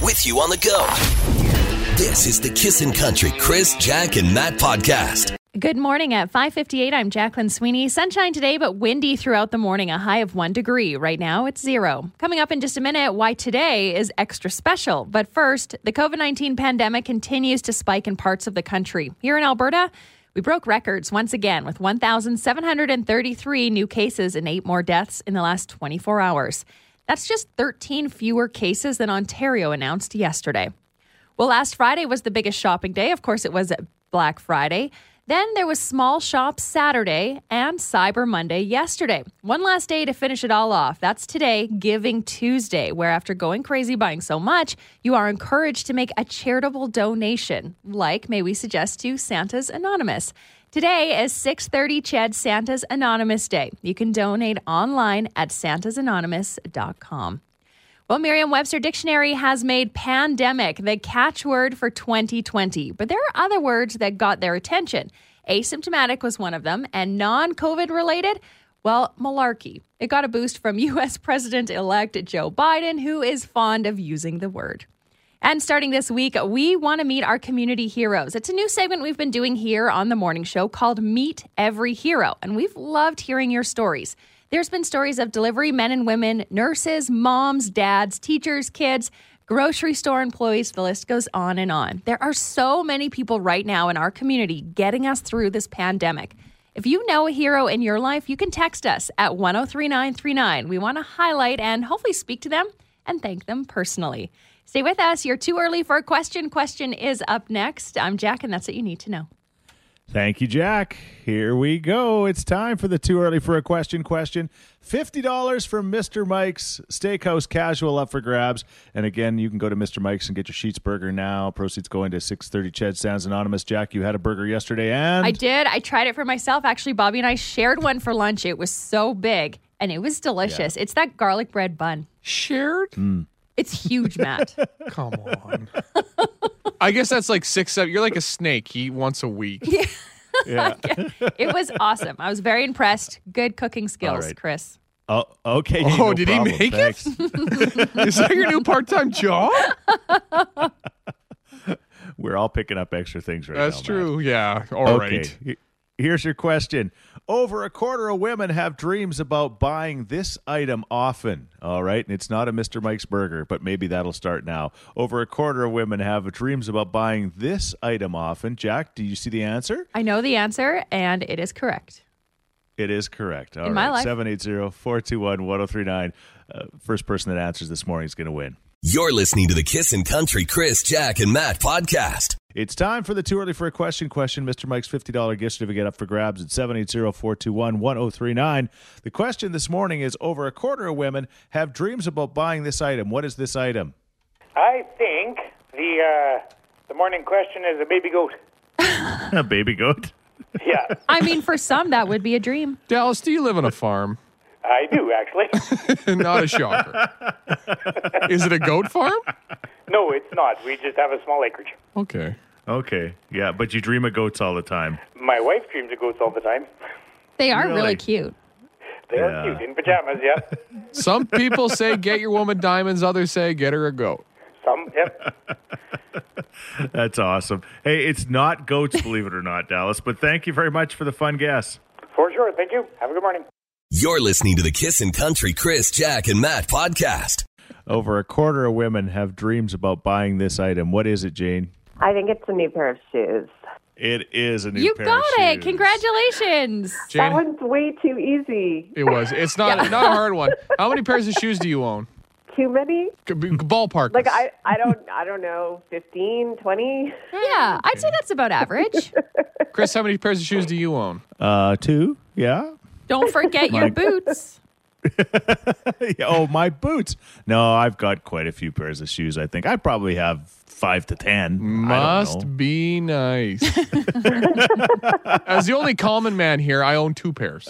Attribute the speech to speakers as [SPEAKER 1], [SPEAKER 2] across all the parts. [SPEAKER 1] with you on the go. This is the Kissin' Country Chris, Jack, and Matt podcast.
[SPEAKER 2] Good morning at 5:58. I'm Jacqueline Sweeney. Sunshine today but windy throughout the morning. A high of 1 degree. Right now it's 0. Coming up in just a minute why today is extra special. But first, the COVID-19 pandemic continues to spike in parts of the country. Here in Alberta, we broke records once again with 1,733 new cases and 8 more deaths in the last 24 hours. That's just 13 fewer cases than Ontario announced yesterday. Well, last Friday was the biggest shopping day. Of course, it was Black Friday. Then there was Small Shop Saturday and Cyber Monday yesterday. One last day to finish it all off. That's today, Giving Tuesday, where after going crazy buying so much, you are encouraged to make a charitable donation, like may we suggest to Santa's Anonymous. Today is 6:30 Chad Santa's Anonymous Day. You can donate online at santasanonymous.com. Well, Merriam Webster Dictionary has made pandemic the catchword for 2020, but there are other words that got their attention. Asymptomatic was one of them, and non COVID related, well, malarkey. It got a boost from U.S. President elect Joe Biden, who is fond of using the word. And starting this week, we want to meet our community heroes. It's a new segment we've been doing here on the morning show called Meet Every Hero, and we've loved hearing your stories. There's been stories of delivery men and women, nurses, moms, dads, teachers, kids, grocery store employees, the list goes on and on. There are so many people right now in our community getting us through this pandemic. If you know a hero in your life, you can text us at 103939. We want to highlight and hopefully speak to them and thank them personally. Stay with us. You're too early for a question. Question is up next. I'm Jack, and that's what you need to know.
[SPEAKER 3] Thank you, Jack. Here we go. It's time for the too early for a question question. $50 from Mr. Mike's Steakhouse Casual up for grabs. And again, you can go to Mr. Mike's and get your Sheets burger now. Proceeds going to 630 Ched Sounds Anonymous. Jack, you had a burger yesterday and
[SPEAKER 2] I did. I tried it for myself. Actually, Bobby and I shared one for lunch. It was so big and it was delicious. It's that garlic bread bun.
[SPEAKER 4] shared?
[SPEAKER 2] It's huge, Matt.
[SPEAKER 4] Come on. I guess that's like six, seven. You're like a snake. You eat once a week.
[SPEAKER 3] yeah.
[SPEAKER 2] it was awesome. I was very impressed. Good cooking skills,
[SPEAKER 3] right.
[SPEAKER 2] Chris.
[SPEAKER 3] Oh, okay.
[SPEAKER 4] Oh,
[SPEAKER 3] no
[SPEAKER 4] did he
[SPEAKER 3] problem.
[SPEAKER 4] make it?
[SPEAKER 3] Thanks.
[SPEAKER 4] Is that your new part time job?
[SPEAKER 3] We're all picking up extra things right now.
[SPEAKER 4] That's
[SPEAKER 3] Matt.
[SPEAKER 4] true. Yeah. All right.
[SPEAKER 3] he- Here's your question. Over a quarter of women have dreams about buying this item often. All right. And it's not a Mr. Mike's burger, but maybe that'll start now. Over a quarter of women have dreams about buying this item often. Jack, do you see the answer?
[SPEAKER 2] I know the answer, and it is correct.
[SPEAKER 3] It is correct. All
[SPEAKER 2] In my
[SPEAKER 3] right.
[SPEAKER 2] life.
[SPEAKER 3] 780 421 1039. Uh, First person that answers this morning is going to win.
[SPEAKER 1] You're listening to the Kissin' Country Chris, Jack, and Matt podcast.
[SPEAKER 3] It's time for the Too Early for a Question question. Mr. Mike's $50 gift certificate up for grabs at 780-421-1039. The question this morning is over a quarter of women have dreams about buying this item. What is this item?
[SPEAKER 5] I think the uh, the morning question is a baby goat.
[SPEAKER 3] A baby goat.
[SPEAKER 5] Yeah,
[SPEAKER 2] I mean, for some, that would be a dream.
[SPEAKER 4] Dallas, do you live on a farm?
[SPEAKER 5] I do actually.
[SPEAKER 4] Not a shocker. Is it a goat farm?
[SPEAKER 5] No, it's not. We just have a small acreage.
[SPEAKER 4] Okay.
[SPEAKER 3] Okay. Yeah, but you dream of goats all the time.
[SPEAKER 5] My wife dreams of goats all the time.
[SPEAKER 2] They are
[SPEAKER 3] Really?
[SPEAKER 2] really cute.
[SPEAKER 5] They are
[SPEAKER 3] Yeah.
[SPEAKER 5] cute in pajamas. Yeah.
[SPEAKER 4] Some people say get your woman diamonds, others say get her a goat.
[SPEAKER 5] Some. Yep.
[SPEAKER 3] That's awesome. Hey, it's not goats, believe it or not, Dallas, but thank you very much for the fun guess.
[SPEAKER 5] For sure. Thank you. Have a good morning.
[SPEAKER 1] You're listening to the Kissin' Country Chris, Jack, and Matt podcast.
[SPEAKER 3] Over a quarter of women have dreams about buying this item. What is it, Jane?
[SPEAKER 6] I think it's a new pair of shoes.
[SPEAKER 3] It is a new
[SPEAKER 2] you
[SPEAKER 3] pair
[SPEAKER 2] got
[SPEAKER 3] of
[SPEAKER 2] it.
[SPEAKER 3] shoes.
[SPEAKER 2] Congratulations.
[SPEAKER 6] That
[SPEAKER 4] Jane,
[SPEAKER 6] one's way too easy.
[SPEAKER 4] it was. It's not not a hard one. How many pairs of shoes do you own?
[SPEAKER 6] Too many?
[SPEAKER 4] Could be- Ballpark.
[SPEAKER 6] Like
[SPEAKER 4] us.
[SPEAKER 6] I, I don't I don't know, 15, 20?
[SPEAKER 2] Yeah, I'd say that's about average.
[SPEAKER 4] Chris, how many pairs of shoes do you own?
[SPEAKER 3] Uh, two? Yeah.
[SPEAKER 2] Don't forget your
[SPEAKER 3] Mike.
[SPEAKER 2] boots.
[SPEAKER 3] Yeah, oh, my boots. No, I've got quite a few pairs of shoes, I think. I probably have five to ten. I don't know.
[SPEAKER 4] Must be nice. As the only common man here, I own two pairs.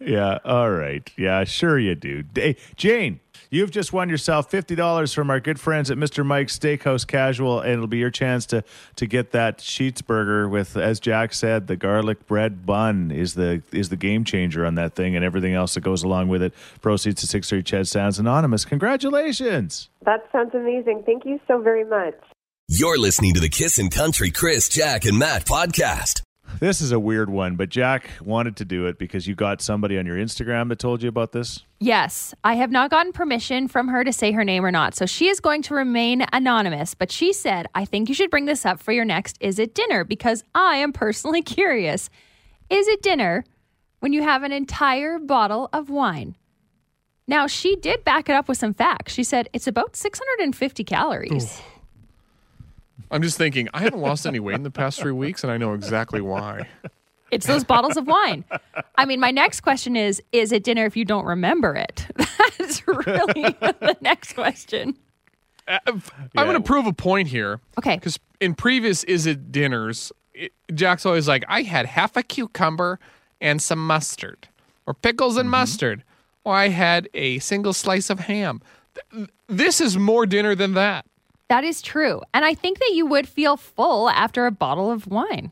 [SPEAKER 3] Yeah, all right. Yeah, sure you do. Hey, Jane, You've just won yourself $50 from our good friends at Mr. Mike's Steakhouse Casual, and it'll be your chance to, to get that Sheets burger with, as Jack said, the garlic bread bun is the is the game changer on that thing and everything else that goes along with it. Proceeds to 630 Chad Sounds Anonymous. Congratulations.
[SPEAKER 6] That sounds amazing. Thank you so very much.
[SPEAKER 1] You're listening to the Kissin' Country Chris, Jack, and Matt podcast.
[SPEAKER 3] This is a weird one, but Jack wanted to do it because you got somebody on your Instagram that told you about this.
[SPEAKER 2] Yes, I have not gotten permission from her to say her name or not. So she is going to remain anonymous. But she said, I think you should bring this up for your next Is It Dinner? Because I am personally curious. Is it dinner when you have an entire bottle of wine? Now, she did back it up with some facts. She said, it's about 650 calories.
[SPEAKER 4] I'm just thinking, I haven't lost any weight in the past three weeks, and I know exactly why.
[SPEAKER 2] It's those bottles of wine. I mean, my next question is Is it dinner if you don't remember it? That's really the next question.
[SPEAKER 4] Uh, f- I'm going to prove a point here.
[SPEAKER 2] Okay.
[SPEAKER 4] Because in previous Is It Dinners, it, Jack's always like, I had half a cucumber and some mustard, or pickles
[SPEAKER 2] Mm-hmm.
[SPEAKER 4] and mustard, or I had a single slice of ham. Th- This is more dinner than that.
[SPEAKER 2] That is true. And I think that you would feel full after a bottle of wine.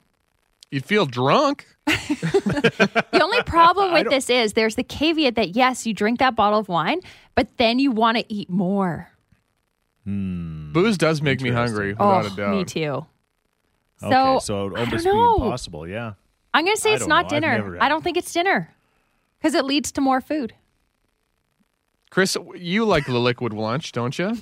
[SPEAKER 4] You'd feel drunk.
[SPEAKER 2] The only problem with this is there's the caveat that yes, you drink that bottle of wine, but then you want to eat more.
[SPEAKER 4] Booze does make me hungry, without
[SPEAKER 2] Mm. Oh,
[SPEAKER 4] a doubt.
[SPEAKER 2] me too. So,
[SPEAKER 3] okay, so it would
[SPEAKER 2] I don't
[SPEAKER 3] almost be
[SPEAKER 2] know.
[SPEAKER 3] impossible. Yeah.
[SPEAKER 2] I'm going to say
[SPEAKER 3] I
[SPEAKER 2] it's
[SPEAKER 3] don't
[SPEAKER 2] not
[SPEAKER 3] know. I've
[SPEAKER 2] dinner.
[SPEAKER 3] never-
[SPEAKER 2] I don't think it's dinner because it leads to more food.
[SPEAKER 4] Chris, you like the liquid lunch, don't you?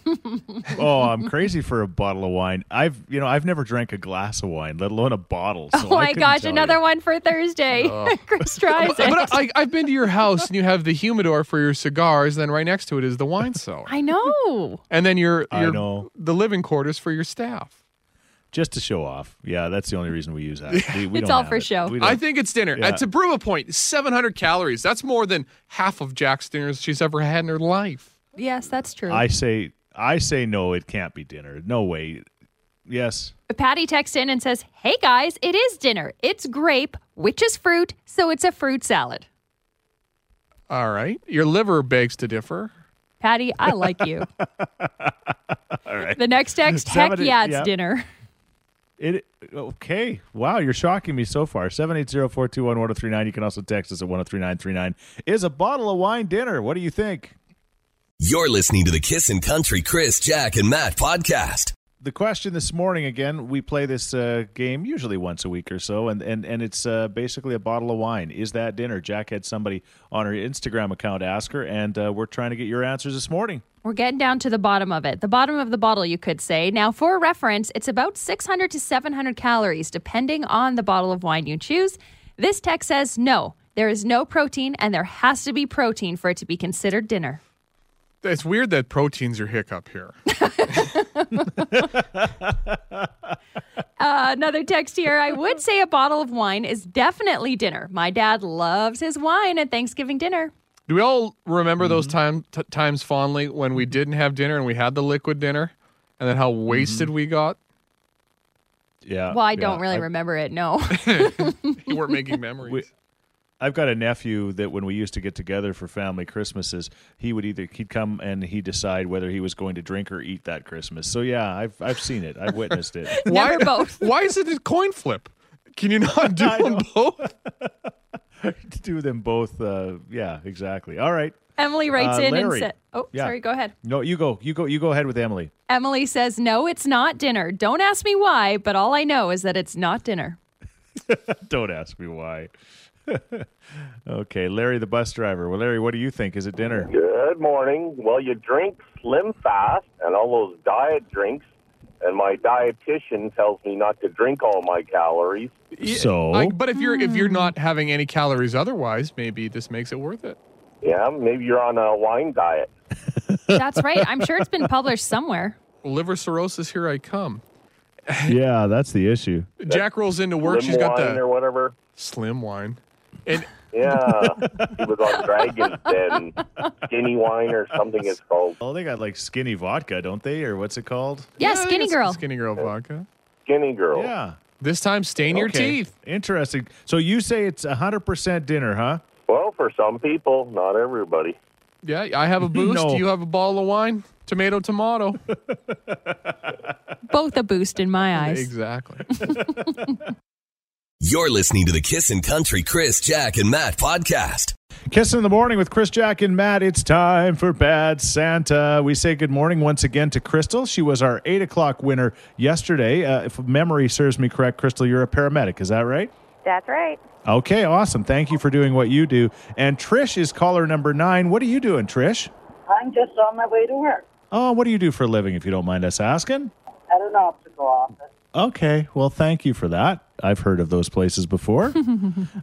[SPEAKER 3] Oh, I'm crazy for a bottle of wine. I've you know I've never drank a glass of wine, let alone a bottle. So
[SPEAKER 2] oh my gosh, another
[SPEAKER 3] one.
[SPEAKER 2] one for Thursday.
[SPEAKER 3] Oh.
[SPEAKER 2] Chris tries it.
[SPEAKER 4] but
[SPEAKER 3] uh,
[SPEAKER 4] I, I've been to your house, and you have the humidor for your cigars. Then right next to it is the wine cellar,
[SPEAKER 2] I know.
[SPEAKER 4] and then your,
[SPEAKER 3] I
[SPEAKER 4] your
[SPEAKER 3] know.
[SPEAKER 4] the living quarters for your staff.
[SPEAKER 3] just to show off. Yeah, that's the only reason we use that. We, we
[SPEAKER 2] It's
[SPEAKER 3] don't
[SPEAKER 2] all
[SPEAKER 3] have
[SPEAKER 2] for
[SPEAKER 3] it.
[SPEAKER 2] show.
[SPEAKER 3] We don't-
[SPEAKER 4] I think it's dinner.
[SPEAKER 3] Yeah.
[SPEAKER 4] That's a prove a point. Seven hundred calories. That's more than half of Jack's dinners she's ever had in her life.
[SPEAKER 2] Yes, that's true.
[SPEAKER 3] I say I say no. It can't be dinner. No way. Yes.
[SPEAKER 2] Patty texts in and says, Hey guys, it is dinner. It's grape, which is fruit, so it's a fruit salad.
[SPEAKER 4] All right, your liver begs to differ.
[SPEAKER 2] Patty, I like you. All right. The next text, heck
[SPEAKER 3] Seven-
[SPEAKER 2] yeah, it's
[SPEAKER 3] yeah.
[SPEAKER 2] dinner.
[SPEAKER 3] It okay. Wow, you're shocking me so far. 780-421-1039. You can also text us at 103939. Is a bottle of wine dinner? What do you think?
[SPEAKER 1] You're listening to the Kissin' Country Chris, Jack, and Matt podcast.
[SPEAKER 3] the question this morning again we play this uh, game usually once a week or so and and, and it's uh, basically a bottle of wine is that dinner jack had somebody on her instagram account ask her and uh, we're trying to get your answers this morning
[SPEAKER 2] We're getting down to the bottom of it. The bottom of the bottle, you could say. Now, for reference, it's about 600 to 700 calories, depending on the bottle of wine you choose. This text says, No, there is no protein, and there has to be protein for it to be considered dinner.
[SPEAKER 4] It's weird that protein's your hiccup here.
[SPEAKER 2] Another text here. I would say a bottle of wine is definitely dinner. My dad loves his wine at Thanksgiving dinner.
[SPEAKER 4] Do we all remember those time, t- times fondly when we didn't have dinner and we had the liquid dinner, and then how wasted we got?
[SPEAKER 3] yeah
[SPEAKER 2] Well, I
[SPEAKER 3] yeah.
[SPEAKER 2] don't really
[SPEAKER 3] I've-
[SPEAKER 2] remember it. No.
[SPEAKER 4] You weren't making memories.
[SPEAKER 3] We- I've got a nephew that when we used to get together for family Christmases, he would either he'd come and he would decide whether he was going to drink or eat that Christmas. So yeah, I've I've seen it. I've witnessed it.
[SPEAKER 2] Never both.
[SPEAKER 4] Why is it a coin flip? Can you not do them both?
[SPEAKER 3] Do them both. Uh, yeah, exactly. All right.
[SPEAKER 2] Emily writes
[SPEAKER 3] Uh,
[SPEAKER 2] in and
[SPEAKER 3] Larry.
[SPEAKER 2] said, Oh,
[SPEAKER 3] Yeah.
[SPEAKER 2] sorry. Go ahead.
[SPEAKER 3] No, you go. You go. You go ahead with Emily.
[SPEAKER 2] Emily says, No, it's not dinner. Don't ask me why, but all I know is that it's not dinner.
[SPEAKER 3] Don't ask me why. okay, Larry the bus driver. Well, Larry, what do you think? Is it dinner?
[SPEAKER 7] Good morning. Well, you drink Slim Fast and all those diet drinks, and my dietitian tells me not to drink all my calories.
[SPEAKER 4] Yeah,
[SPEAKER 3] So?
[SPEAKER 4] like, but if you're if you're
[SPEAKER 2] Hmm.
[SPEAKER 4] not having any calories otherwise, maybe this makes it worth it.
[SPEAKER 7] Yeah, maybe you're on a wine diet.
[SPEAKER 2] That's right. I'm sure it's been published somewhere.
[SPEAKER 4] Liver cirrhosis, here I come.
[SPEAKER 3] Yeah, that's the issue.
[SPEAKER 4] Jack rolls into work.
[SPEAKER 7] Slim
[SPEAKER 4] She's got
[SPEAKER 7] wine or
[SPEAKER 4] the
[SPEAKER 7] whatever.
[SPEAKER 4] slim wine, and
[SPEAKER 7] Yeah, he was on Dragon's Den, skinny wine or something it's called.
[SPEAKER 3] Oh, they got like skinny vodka, don't they? Or what's it called?
[SPEAKER 2] Yeah,
[SPEAKER 4] I think
[SPEAKER 2] skinny
[SPEAKER 4] it's
[SPEAKER 2] girl.
[SPEAKER 4] skinny girl vodka.
[SPEAKER 7] Skinny girl.
[SPEAKER 3] Yeah.
[SPEAKER 4] This time, stain your
[SPEAKER 3] Okay.
[SPEAKER 4] teeth.
[SPEAKER 3] Interesting. So you say it's 100% dinner, huh?
[SPEAKER 7] Well, for some people, not everybody.
[SPEAKER 4] Yeah, I have a boost.
[SPEAKER 3] No.
[SPEAKER 4] You have a bottle of wine. Tomato, tomato.
[SPEAKER 2] Both a boost in my eyes.
[SPEAKER 4] exactly.
[SPEAKER 1] You're listening to the Kissin' Country Chris, Jack, and Matt podcast.
[SPEAKER 3] Kissing in the morning with Chris, Jack, and Matt. It's time for Bad Santa. We say good morning once again to Crystal. She was our eight o'clock winner yesterday. Uh, if memory serves me correct, Crystal, you're a paramedic. Is that right?
[SPEAKER 8] That's right.
[SPEAKER 3] Okay, awesome. Thank you for doing what you do. And Trish is caller number nine. What are you doing, Trish?
[SPEAKER 9] I'm just on my way to work
[SPEAKER 3] Oh, what do you do for a living, if you don't mind us asking?
[SPEAKER 9] at an optical office.
[SPEAKER 3] Okay, well, thank you for that. I've heard of those places before.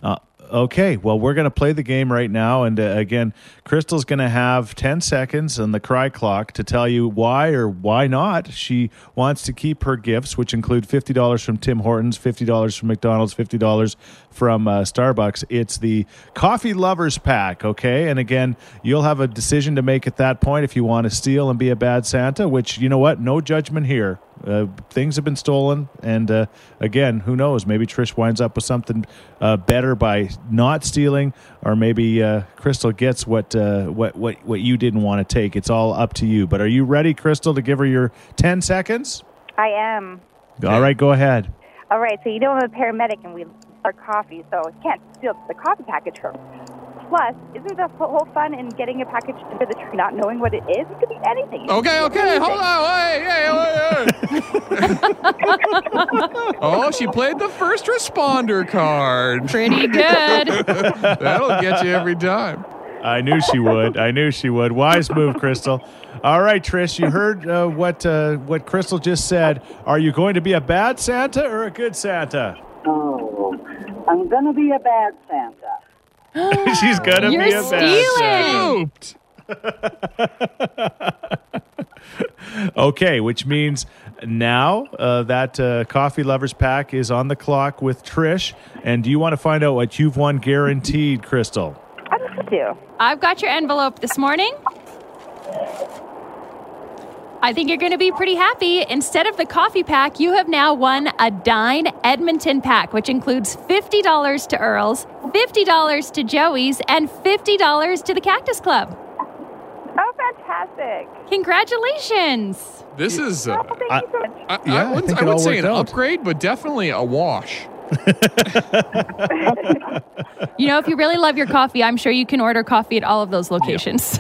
[SPEAKER 3] uh, okay, well, we're going to play the game right now. And uh, again, Crystal's going to have 10 seconds on the cry clock to tell you why or why not she wants to keep her gifts, which include $50 from Tim Hortons, $50 from McDonald's, $50 from uh, Starbucks. It's the Coffee Lovers Pack, okay? And again, you'll have a decision to make at that point if you want to steal and be a bad Santa, which, you know what? No judgment here. Uh, things have been stolen, and uh, again, who knows? Maybe Trish winds up with something uh, better by not stealing, or maybe uh, Crystal gets what uh, what what what you didn't want to take. It's all up to you. But are you ready, Crystal, to give her your ten seconds?
[SPEAKER 8] I am.
[SPEAKER 3] All right, go ahead.
[SPEAKER 8] All right, so you know I'm a paramedic and we are coffee, so I can't steal the coffee package from. Plus, isn't the whole fun in getting a package under the tree not knowing what it is? It could be anything. It could
[SPEAKER 4] Okay,
[SPEAKER 8] be
[SPEAKER 4] okay,
[SPEAKER 8] anything.
[SPEAKER 4] hold on. Hey, hey, hey, hey. oh, she played the first responder card.
[SPEAKER 2] Pretty good.
[SPEAKER 4] That'll get you every time.
[SPEAKER 3] I knew she would. I knew she would. Wise move, Crystal. All right, Trish, you heard uh, what uh, what Crystal just said. Are you going to be a bad Santa or a good Santa?
[SPEAKER 9] Oh, I'm going to be a bad Santa.
[SPEAKER 3] She's gonna
[SPEAKER 2] You're
[SPEAKER 3] be a bad Santa.
[SPEAKER 2] stealing.
[SPEAKER 4] Ooped.
[SPEAKER 3] Okay, which means now uh, that uh, coffee lovers pack is on the clock with Trish. And do you want to find out what you've won guaranteed, Crystal?
[SPEAKER 8] I'd love to.
[SPEAKER 2] I've got your envelope this morning. I think you're going to be pretty happy. Instead of the coffee pack, you have now won a Dine Edmonton pack, which includes $50 to Earl's, $50 to Joey's, and $50 to the Cactus Club.
[SPEAKER 8] Oh, fantastic.
[SPEAKER 2] Congratulations!
[SPEAKER 4] This is, uh,
[SPEAKER 8] Oh, thank
[SPEAKER 3] I-
[SPEAKER 8] you so much.
[SPEAKER 4] I,
[SPEAKER 3] Yeah, I
[SPEAKER 4] I wouldn't,
[SPEAKER 3] think
[SPEAKER 4] I
[SPEAKER 3] it
[SPEAKER 4] would
[SPEAKER 3] all
[SPEAKER 4] say an
[SPEAKER 3] worked out.
[SPEAKER 4] upgrade, but definitely a wash.
[SPEAKER 2] You know, if you really love your coffee, I'm sure you can order coffee at all of those locations.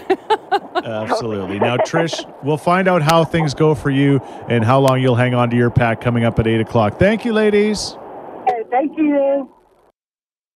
[SPEAKER 3] Absolutely. Now, Trish, we'll find out how things go for you and how long you'll hang on to your pack coming up at 8 o'clock. Thank you, ladies.
[SPEAKER 9] Okay, thank you.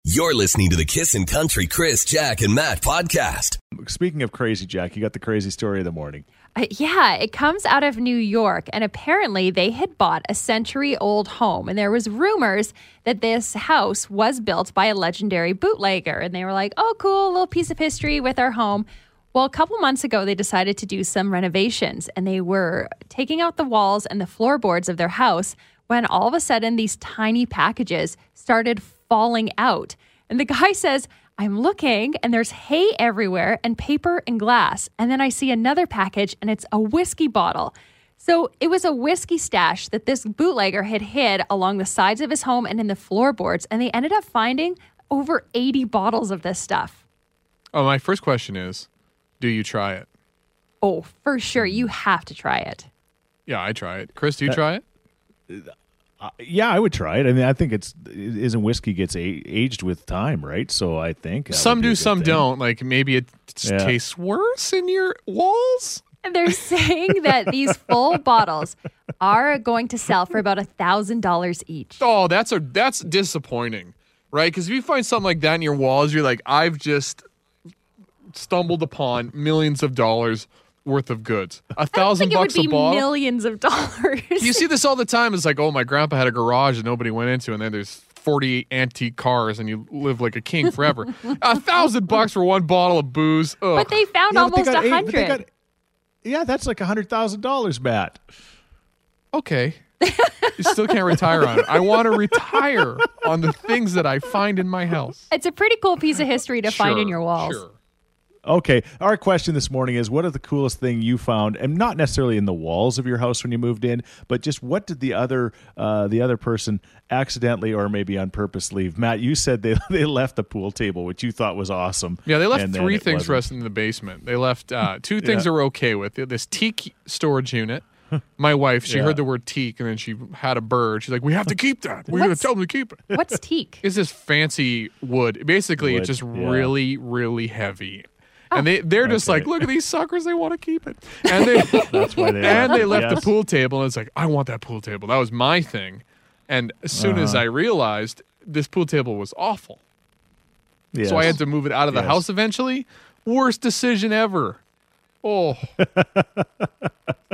[SPEAKER 1] You're listening to the Kissin' Country Chris, Jack, and Matt podcast.
[SPEAKER 3] Speaking of crazy, Jack, you got the crazy story of the morning.
[SPEAKER 2] Uh, yeah, it comes out of New York, and apparently they had bought a century-old home, and there was rumors that this house was built by a legendary bootlegger, and they were like, "Oh, cool, little piece of history with our home." Well, a couple months ago, they decided to do some renovations, and they were taking out the walls and the floorboards of their house when all of a sudden these tiny packages started falling out. And the guy says, I'm looking and there's hay everywhere and paper and glass. And then I see another package and it's a whiskey bottle. So it was a whiskey stash that this bootlegger had hid along the sides of his home and in the floorboards. And they ended up finding over 80 bottles of this stuff.
[SPEAKER 4] Oh, my first question is do you try it?
[SPEAKER 2] Oh, for sure. You have to try it.
[SPEAKER 4] Yeah, I try it. Chris, do you try it?
[SPEAKER 3] Yeah, I would try it. I mean, I think it's isn't whiskey gets a- aged with time, right? So I think that
[SPEAKER 4] Some
[SPEAKER 3] would be a
[SPEAKER 4] do,
[SPEAKER 3] good
[SPEAKER 4] some
[SPEAKER 3] thing.
[SPEAKER 4] don't. Like maybe it t-
[SPEAKER 3] Yeah.
[SPEAKER 4] tastes worse in your walls.
[SPEAKER 2] And They're saying that these full bottles are going to sell for about $1,000 each.
[SPEAKER 4] Oh, that's a that's disappointing, right? Because if you find something like that in your walls, you're like, I've just stumbled upon millions of dollars worth of goods. A
[SPEAKER 2] I
[SPEAKER 4] thousand
[SPEAKER 2] think it would
[SPEAKER 4] bucks
[SPEAKER 2] be
[SPEAKER 4] a ball.
[SPEAKER 2] millions of dollars.
[SPEAKER 4] you see this all the time. It's like, oh, my grandpa had a garage that nobody went into, and then there's 40 antique cars, and you live like a king forever. a thousand bucks for one bottle of booze. Ugh.
[SPEAKER 2] but they found
[SPEAKER 3] Yeah, but
[SPEAKER 2] almost
[SPEAKER 3] they
[SPEAKER 2] a
[SPEAKER 3] got eight- but they
[SPEAKER 2] 100.
[SPEAKER 3] got- Yeah, that's like $100,000, Matt.
[SPEAKER 4] okay. you still can't retire on it. I want to retire on the things that I find in my house.
[SPEAKER 2] It's a pretty cool piece of history to find in
[SPEAKER 4] Sure,
[SPEAKER 2] your walls.
[SPEAKER 4] Sure.
[SPEAKER 3] Okay. Our question this morning is what are the coolest thing you found and not necessarily in the walls of your house when you moved in, but just what did the other uh, the other person accidentally or maybe on purpose leave? Matt, you said they they left the pool table, which you thought was awesome.
[SPEAKER 4] Yeah, they left
[SPEAKER 3] and then
[SPEAKER 4] three
[SPEAKER 3] it
[SPEAKER 4] things for
[SPEAKER 3] wasn't.
[SPEAKER 4] us in the basement. They left uh, two things
[SPEAKER 3] Yeah.
[SPEAKER 4] that were okay with it. This teak storage unit. My wife, she
[SPEAKER 3] Yeah.
[SPEAKER 4] heard the word teak and then she had a bird. She's like, "We have to keep that. We're gonna
[SPEAKER 2] What's-
[SPEAKER 4] tell them to keep it."
[SPEAKER 2] What's teak?
[SPEAKER 4] It's this fancy wood. Basically, it's
[SPEAKER 3] Wood,
[SPEAKER 4] just
[SPEAKER 3] yeah.
[SPEAKER 4] really, really heavy. And they, they're just like,
[SPEAKER 3] Okay.
[SPEAKER 4] look at these suckers. They want to keep it. And they,
[SPEAKER 3] That's why they
[SPEAKER 4] and
[SPEAKER 3] left
[SPEAKER 4] they
[SPEAKER 3] it,
[SPEAKER 4] left the
[SPEAKER 3] yes.
[SPEAKER 4] pool table. And it's like, I want that pool table. That was my thing. And as soon as
[SPEAKER 3] Uh-huh.
[SPEAKER 4] I realized this pool table was awful, so I
[SPEAKER 3] Yes.
[SPEAKER 4] had to move it out of the
[SPEAKER 3] Yes.
[SPEAKER 4] house eventually. Worst decision ever. Oh,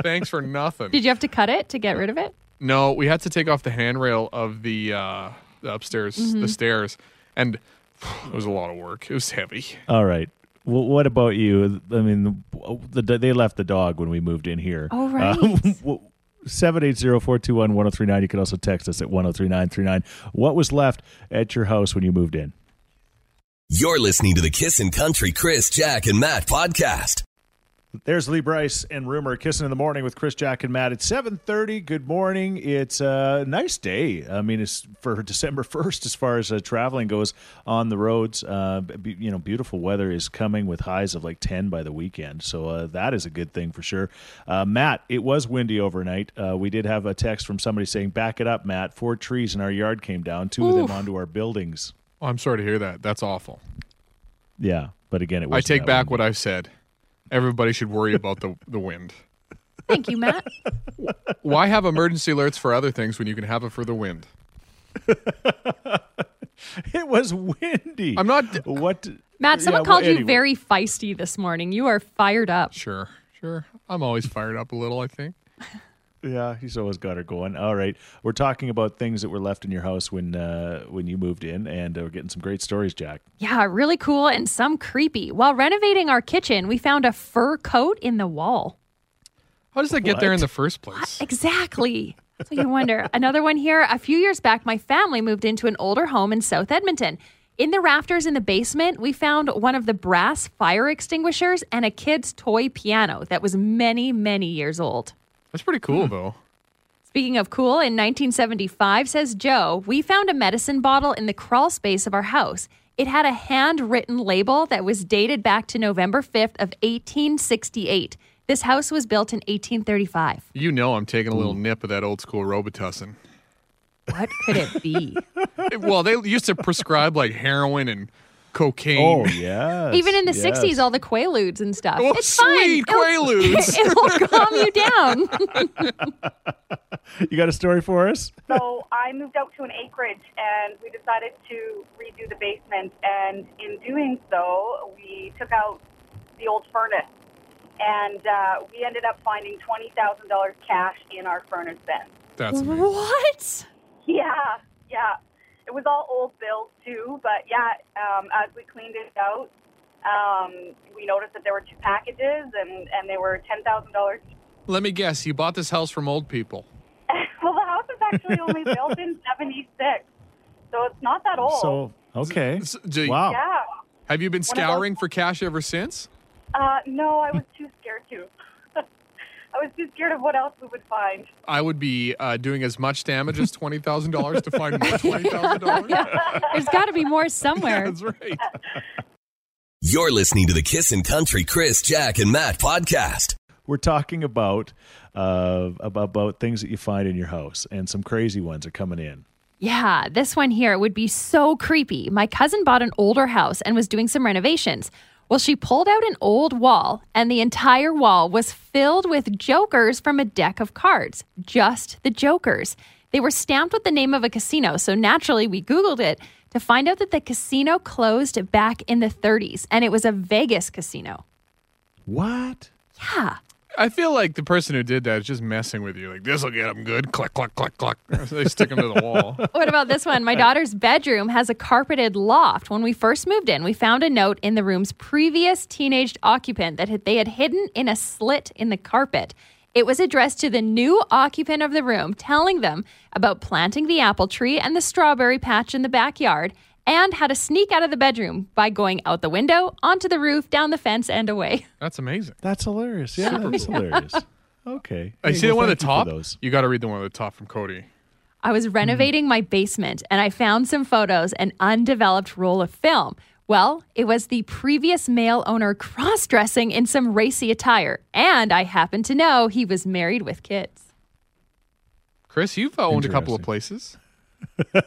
[SPEAKER 4] thanks for nothing.
[SPEAKER 2] Did you have to cut it to get rid of it?
[SPEAKER 4] No, we had to take off the handrail of the, uh, the upstairs, the stairs, and it was a lot of work. It was heavy.
[SPEAKER 3] All right. Well, what about you? I mean, the, the, they left the dog when we moved in here.
[SPEAKER 2] Oh, right.
[SPEAKER 3] Um, 780-421-1039. You can also text us at 103939. What was left at your house when you moved in?
[SPEAKER 1] You're listening to the Kissin' Country Chris, Jack, and Matt podcast.
[SPEAKER 3] There's Lee Bryce and Rumor kissing in the morning with Chris, Jack, and Matt. It's 7:30. Good morning. It's a nice day. I mean, it's for December 1st as far as uh, traveling goes on the roads. Uh, be, you know, beautiful weather is coming with highs of like 10 by the weekend, so uh, that is a good thing for sure. Uh, Matt, it was windy overnight. Uh, we did have a text from somebody saying, "Back it up, Matt. Four trees in our yard came down. Two of them onto our buildings."
[SPEAKER 4] Oh, I'm sorry to hear that. That's awful.
[SPEAKER 3] Yeah, but again, it was
[SPEAKER 4] I take back what I said. Everybody should worry about the, the wind.
[SPEAKER 2] Thank you, Matt.
[SPEAKER 4] Why have emergency alerts for other things when you can have it for the wind?
[SPEAKER 3] It was windy.
[SPEAKER 4] I'm not-
[SPEAKER 3] What?
[SPEAKER 2] Matt, someone
[SPEAKER 3] Yeah, well,
[SPEAKER 2] called you
[SPEAKER 3] anyway.
[SPEAKER 2] very feisty this morning. You are fired up.
[SPEAKER 4] Sure, sure. I'm always fired up a little, I think.
[SPEAKER 3] Yeah, he's always got her going. All right, we're talking about things that were left in your house when uh, when you moved in, and uh, we're getting some great stories, Jack.
[SPEAKER 2] Yeah, really cool and some creepy. While renovating our kitchen, we found a fur coat in the wall.
[SPEAKER 4] How does that get there in the first place?
[SPEAKER 2] Exactly. That's what you wonder. Another one here. A few years back, my family moved into an older home in South Edmonton. In the rafters in the basement, we found one of the brass fire extinguishers and a kid's toy piano that was many, many years old.
[SPEAKER 4] That's pretty cool, though.
[SPEAKER 2] Speaking of cool, in 1975, says Joe, we found a medicine bottle in the crawl space of our house. It had a handwritten label that was dated back to November 5th of 1868. This house was built in 1835.
[SPEAKER 4] You know, I'm taking a little
[SPEAKER 3] Mm.
[SPEAKER 4] nip of that old school Robitussin.
[SPEAKER 2] What could it be?
[SPEAKER 4] well, they used to prescribe like heroin and cocaine.
[SPEAKER 3] Oh yeah,
[SPEAKER 2] Even in the 60s, all the Quaaludes and stuff.
[SPEAKER 4] Oh,
[SPEAKER 2] it's
[SPEAKER 4] sweet
[SPEAKER 2] fine. It'll-
[SPEAKER 4] Quaaludes.
[SPEAKER 2] It'll, calm you down.
[SPEAKER 3] you got a story for us?
[SPEAKER 10] So I moved out to an acreage and we decided to redo the basement. And in doing so, we took out the old furnace. And uh, we ended up finding $20,000 cash in our furnace bin.
[SPEAKER 4] That's amazing.
[SPEAKER 2] what?
[SPEAKER 10] Yeah, yeah. It was all old bills too, but yeah, um, as we cleaned it out, um, we noticed that there were two packages and, and they were $10,000 each.
[SPEAKER 4] Let me guess, you bought this house from old people.
[SPEAKER 10] Well, the house is actually only built in 76, so it's not that
[SPEAKER 2] Oh.
[SPEAKER 10] old.
[SPEAKER 3] So okay,
[SPEAKER 4] S- do you-
[SPEAKER 3] wow.
[SPEAKER 10] yeah.
[SPEAKER 4] Have you been
[SPEAKER 10] of those-
[SPEAKER 4] scouring for cash ever since?
[SPEAKER 10] Uh, no, I was too scared to. I was too scared of what else we would find.
[SPEAKER 4] I would be uh, doing as much damage as twenty thousand dollars to find more twenty thousand dollars.
[SPEAKER 2] There's got to be more somewhere.
[SPEAKER 4] That's right.
[SPEAKER 1] You're listening to the Kissin' Country Chris, Jack, and Matt podcast.
[SPEAKER 3] We're talking about uh, about about things that you find in your house, and some crazy ones are coming in.
[SPEAKER 2] Yeah, this one here would be so creepy. My cousin bought an older house and was doing some renovations. Well, she pulled out an old wall, and the entire wall was filled with jokers from a deck of cards. Just the jokers. They were stamped with the name of a casino, so naturally we Googled it to find out that the casino closed back in the 30s, and it was a Vegas casino.
[SPEAKER 3] What?
[SPEAKER 2] Yeah.
[SPEAKER 4] I feel like the person who did that is just messing with you. Like this will get them good. Click, click, click, click. They stick them to the wall.
[SPEAKER 2] What about this one? My daughter's bedroom has a carpeted loft. When we first moved in, we found a note in the room's previous teenaged occupant that had- they had hidden in a slit in the carpet. It was addressed to the new occupant of the room, telling them about planting the apple tree and the strawberry patch in the backyard and how to sneak out of the bedroom by going out the window, onto the roof, down the fence, and away.
[SPEAKER 4] That's amazing.
[SPEAKER 3] That's hilarious. Yeah, that's hilarious. Okay.
[SPEAKER 4] I
[SPEAKER 3] Hey,
[SPEAKER 4] see the
[SPEAKER 3] well,
[SPEAKER 4] one at
[SPEAKER 3] thank
[SPEAKER 4] the
[SPEAKER 3] you for
[SPEAKER 4] top.
[SPEAKER 3] Those.
[SPEAKER 4] You got to read the one at the top from Cody.
[SPEAKER 2] I was renovating my basement and I found some photos and undeveloped roll of film. Well, it was the previous male owner cross dressing in some racy attire, and I happened to know he was married with kids.
[SPEAKER 4] Chris, you've owned a couple of places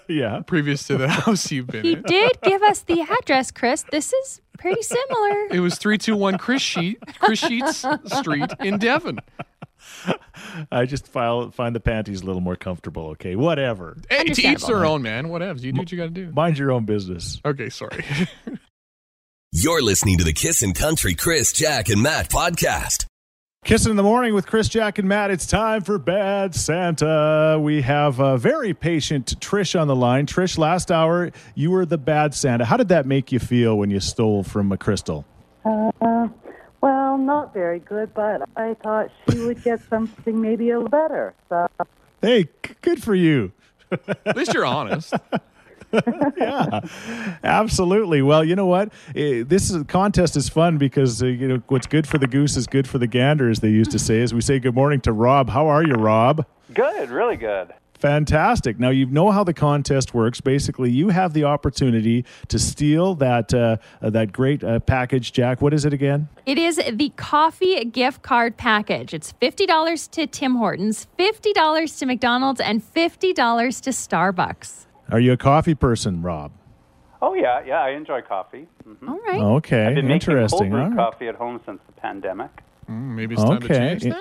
[SPEAKER 3] yeah.
[SPEAKER 4] previous to the house you've been
[SPEAKER 2] He
[SPEAKER 4] in.
[SPEAKER 2] did give us the address, Chris. This is pretty similar.
[SPEAKER 4] It was 321 Chris, Sheet, Chris Sheets Street in Devon.
[SPEAKER 3] I just file, find the panties a little more comfortable. Okay. Whatever.
[SPEAKER 4] Hey, to each
[SPEAKER 2] Understandable.
[SPEAKER 4] their own, man. Whatever. You do what you got to do.
[SPEAKER 3] Mind your own business.
[SPEAKER 4] Okay, sorry.
[SPEAKER 1] You're listening to the Kissin' Country Chris, Jack, and Matt podcast.
[SPEAKER 3] Kissing in the morning with Chris, Jack, and Matt. It's time for Bad Santa. We have a very patient Trish on the line. Trish, last hour you were the bad Santa. How did that make you feel when you stole from a crystal?
[SPEAKER 9] Uh, well, not very good, but I thought she would get something, maybe a letter. So
[SPEAKER 3] Hey, c- good for you.
[SPEAKER 4] At least you're honest.
[SPEAKER 3] Absolutely. Well, you know what? Eh, This is, contest is fun because uh, you know what's good for the goose is good for the gander, as they used to say. As we say, good morning to Rob. How are you, Rob?
[SPEAKER 11] Good, really good.
[SPEAKER 3] Fantastic. Now, you know how the contest works. Basically, you have the opportunity to steal that, uh, uh, that great uh, package, Jack. What is it again?
[SPEAKER 2] It is the coffee gift card package. It's $50 to Tim Hortons, $50 to McDonald's, and $50 to Starbucks.
[SPEAKER 3] Are you a coffee person, Rob?
[SPEAKER 11] Oh yeah, yeah, I enjoy coffee. hmm
[SPEAKER 2] All right.
[SPEAKER 3] Okay,
[SPEAKER 11] I've been making
[SPEAKER 3] interesting.
[SPEAKER 11] cold brew
[SPEAKER 3] All right.
[SPEAKER 11] coffee at home since the pandemic.
[SPEAKER 4] Hmm, maybe
[SPEAKER 3] it's time to Okay. change that.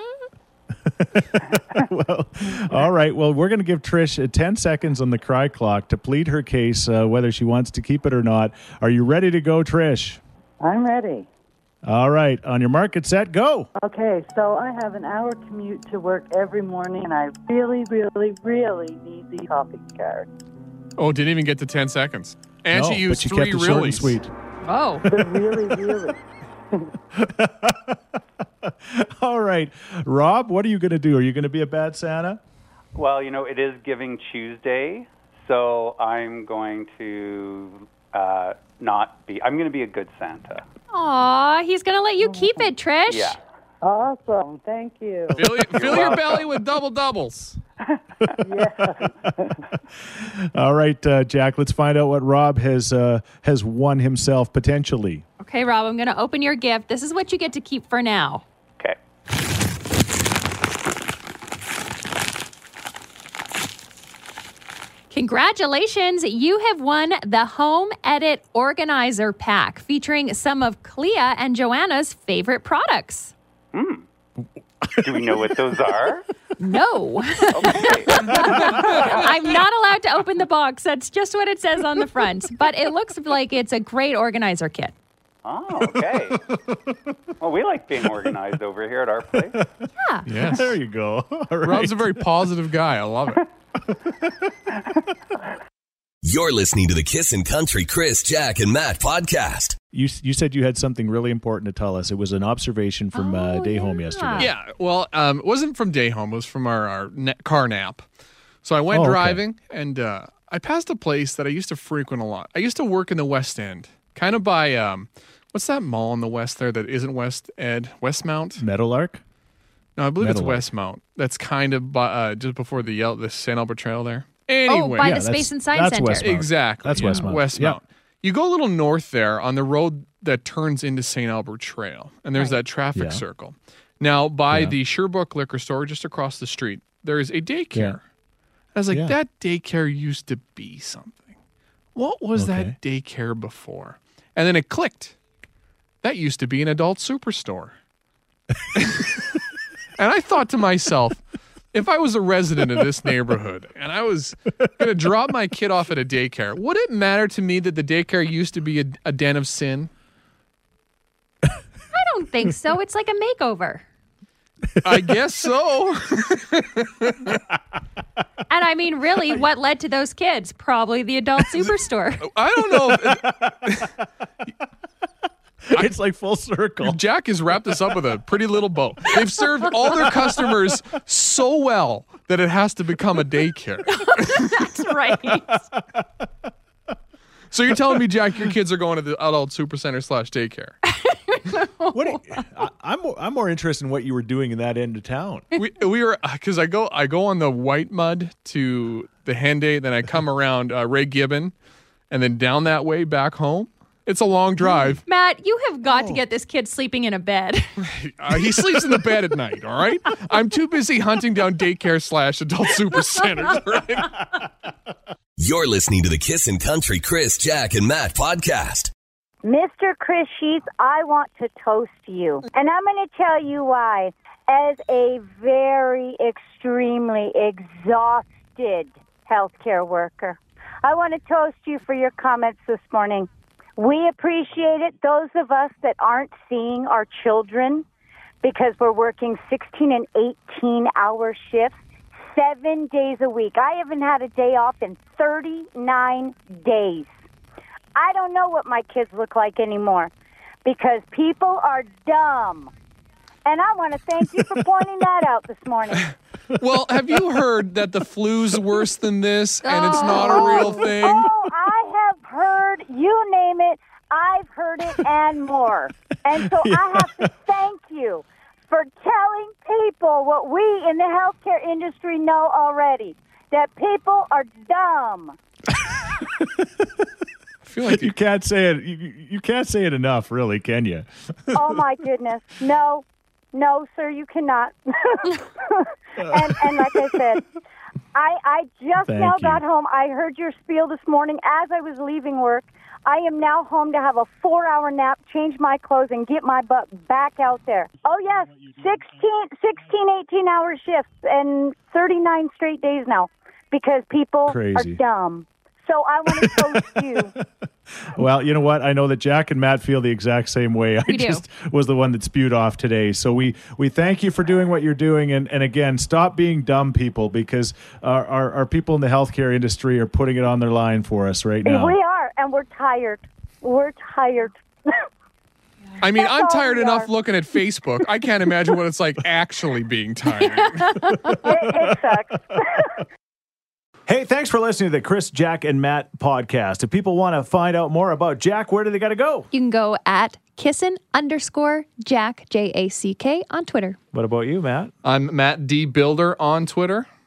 [SPEAKER 3] well, all right. Well, we're going to give Trish uh, 10 seconds on the cry clock to plead her case, uh, whether she wants to keep it or not. Are you ready to go, Trish?
[SPEAKER 9] I'm ready.
[SPEAKER 3] All right. On your market set, go.
[SPEAKER 9] Okay, so I have an hour commute to work every morning, and I really, really, really need the coffee card.
[SPEAKER 4] Oh, didn't even get to 10 seconds. And
[SPEAKER 3] No,
[SPEAKER 4] she used
[SPEAKER 3] but you
[SPEAKER 4] three
[SPEAKER 3] kept it
[SPEAKER 4] reallys.
[SPEAKER 3] short and sweet.
[SPEAKER 2] Oh.
[SPEAKER 9] The really, really.
[SPEAKER 3] All right. Rob, what are you going to do? Are you going to be a bad Santa?
[SPEAKER 11] Well, you know, it is Giving Tuesday, so I'm going to uh, not be. I'm going to be a good Santa.
[SPEAKER 2] Aw, he's going to let you keep it, Trish.
[SPEAKER 11] Yeah.
[SPEAKER 9] Awesome. Thank you.
[SPEAKER 4] Fill, your- fill your
[SPEAKER 11] welcome.
[SPEAKER 4] belly with double doubles.
[SPEAKER 3] All right, uh, Jack, let's find out what Rob has, uh, has won himself potentially.
[SPEAKER 2] Okay, Rob, I'm going to open your gift. This is what you get to keep for now.
[SPEAKER 11] Okay.
[SPEAKER 2] Congratulations, you have won the Home Edit Organizer Pack featuring some of Clea and Joanna's favorite products.
[SPEAKER 11] Do we know what those are?
[SPEAKER 2] No,
[SPEAKER 11] Okay.
[SPEAKER 2] I'm not allowed to open the box. That's just what it says on the front, but it looks like it's a great organizer kit.
[SPEAKER 11] Oh, okay. Well, we like being organized over here at our place.
[SPEAKER 4] Yes.
[SPEAKER 3] There you go. All right.
[SPEAKER 4] Rob's a very positive guy. I love it.
[SPEAKER 1] You're listening to the Kissin' Country Chris, Jack, and Matt podcast.
[SPEAKER 3] you, s- you said you had something really important to tell us. It was an observation from uh,
[SPEAKER 2] Oh,
[SPEAKER 3] Day Home
[SPEAKER 2] yeah.
[SPEAKER 3] yesterday.
[SPEAKER 4] Yeah. Well, um, it wasn't from day home. It was from our, our na- car nap. So I went
[SPEAKER 3] Oh, okay.
[SPEAKER 4] driving and uh, I passed a place that I used to frequent a lot. I used to work in the West End, kind of by um, what's that mall in the West there that isn't West Ed Westmount?
[SPEAKER 3] Meadowlark?
[SPEAKER 4] No, I believe it's
[SPEAKER 3] Meadowlark.
[SPEAKER 4] Westmount. That's kind of by, uh, just before the Yel- the San Albert Trail there.
[SPEAKER 2] oh,
[SPEAKER 4] Anyway,
[SPEAKER 2] by
[SPEAKER 3] yeah,
[SPEAKER 2] the
[SPEAKER 3] that's-
[SPEAKER 2] Space and Science
[SPEAKER 3] that's
[SPEAKER 2] Center.
[SPEAKER 3] Westmount.
[SPEAKER 4] Exactly.
[SPEAKER 3] That's Westmount.
[SPEAKER 4] Westmount.
[SPEAKER 3] Yep.
[SPEAKER 4] You go a little north there on the road that turns into St. Albert Trail, and there's that traffic
[SPEAKER 3] Yeah.
[SPEAKER 4] circle. Now, by
[SPEAKER 3] Yeah.
[SPEAKER 4] the Sherbrooke liquor store just across the street, there is a daycare.
[SPEAKER 3] Yeah.
[SPEAKER 4] I was like,
[SPEAKER 3] Yeah.
[SPEAKER 4] that daycare used to be something. What was that daycare before? And then it clicked. That used to be an adult superstore. and I thought to myself, if I was a resident of this neighborhood and I was going to drop my kid off at a daycare, would it matter to me that the daycare used to be a, a den of sin?
[SPEAKER 2] I don't think so. It's like a makeover.
[SPEAKER 4] I guess so.
[SPEAKER 2] And I mean, really, what led to those kids? Probably the adult superstore.
[SPEAKER 4] I don't know. if-
[SPEAKER 3] It's like full circle.
[SPEAKER 4] Jack has wrapped this up with a pretty little bow. They've served all their customers so well that it has to become a daycare.
[SPEAKER 2] That's right.
[SPEAKER 4] So you're telling me, Jack, your kids are going to the adult supercenter slash daycare?
[SPEAKER 3] What? I, I'm I'm more interested in what you were doing in that end of town.
[SPEAKER 4] we we were because I go I go on the white mud to the Henday, then I come around uh, Ray Gibbon, and then down that way back home. It's a long drive.
[SPEAKER 2] Matt, you have got to get this kid sleeping in a bed.
[SPEAKER 4] Uh, he sleeps in the bed at night. All right, I'm too busy hunting down daycare slash adult super centers.
[SPEAKER 1] You're listening to the Kissin' Country Chris, Jack, and Matt podcast.
[SPEAKER 12] Mr. Chris Sheets, I want to toast you. And I'm going to tell you why. As a very extremely exhausted healthcare worker, I want to toast you for your comments this morning. We appreciate it, those of us that aren't seeing our children because we're working 16 and 18 hour shifts seven days a week. I haven't had a day off in 39 days. I don't know what my kids look like anymore because people are dumb. And I want to thank you for pointing that out this morning.
[SPEAKER 4] well, have you heard that the flu's worse than this, and it's not a real thing?
[SPEAKER 12] Oh, I have heard, you name it, I've heard it and more. And so I have to thank you for telling people what we in the healthcare industry know already that people are dumb.
[SPEAKER 3] you can't say it. You, you can't say it enough, really, can you?
[SPEAKER 12] oh my goodness. No, no, sir, you cannot. and, and like I said, I, I just
[SPEAKER 13] Thank
[SPEAKER 12] now
[SPEAKER 13] you.
[SPEAKER 12] got home. I heard your spiel this morning as I was leaving work. I am now home to have a four hour nap, change my clothes, and get my butt back out there. Oh, yes, 16, 16 18 hour shifts and 39 straight days now because people
[SPEAKER 3] Crazy.
[SPEAKER 12] are dumb. So I want to toast you.
[SPEAKER 3] Well, you know what? I know that Jack and Matt feel the exact same way. I
[SPEAKER 12] We do.
[SPEAKER 3] just was the one that spewed off today. So we we thank you for doing what you're doing, and and again, stop being dumb people because our our, our people in the healthcare industry are putting it on their line for us right now.
[SPEAKER 12] We are, and we're tired. We're tired.
[SPEAKER 4] I mean, I'm
[SPEAKER 12] That's all
[SPEAKER 4] tired
[SPEAKER 12] we
[SPEAKER 4] enough
[SPEAKER 12] are.
[SPEAKER 4] looking at Facebook. I can't imagine what it's like actually being tired.
[SPEAKER 3] Hey, thanks for listening to the Chris, Jack, and Matt podcast. If people want to find out more about Jack, where do they got to go?
[SPEAKER 2] You can go at kissin underscore Jack, J A C K, on Twitter.
[SPEAKER 3] What about you, Matt?
[SPEAKER 4] I'm Matt D Builder on Twitter.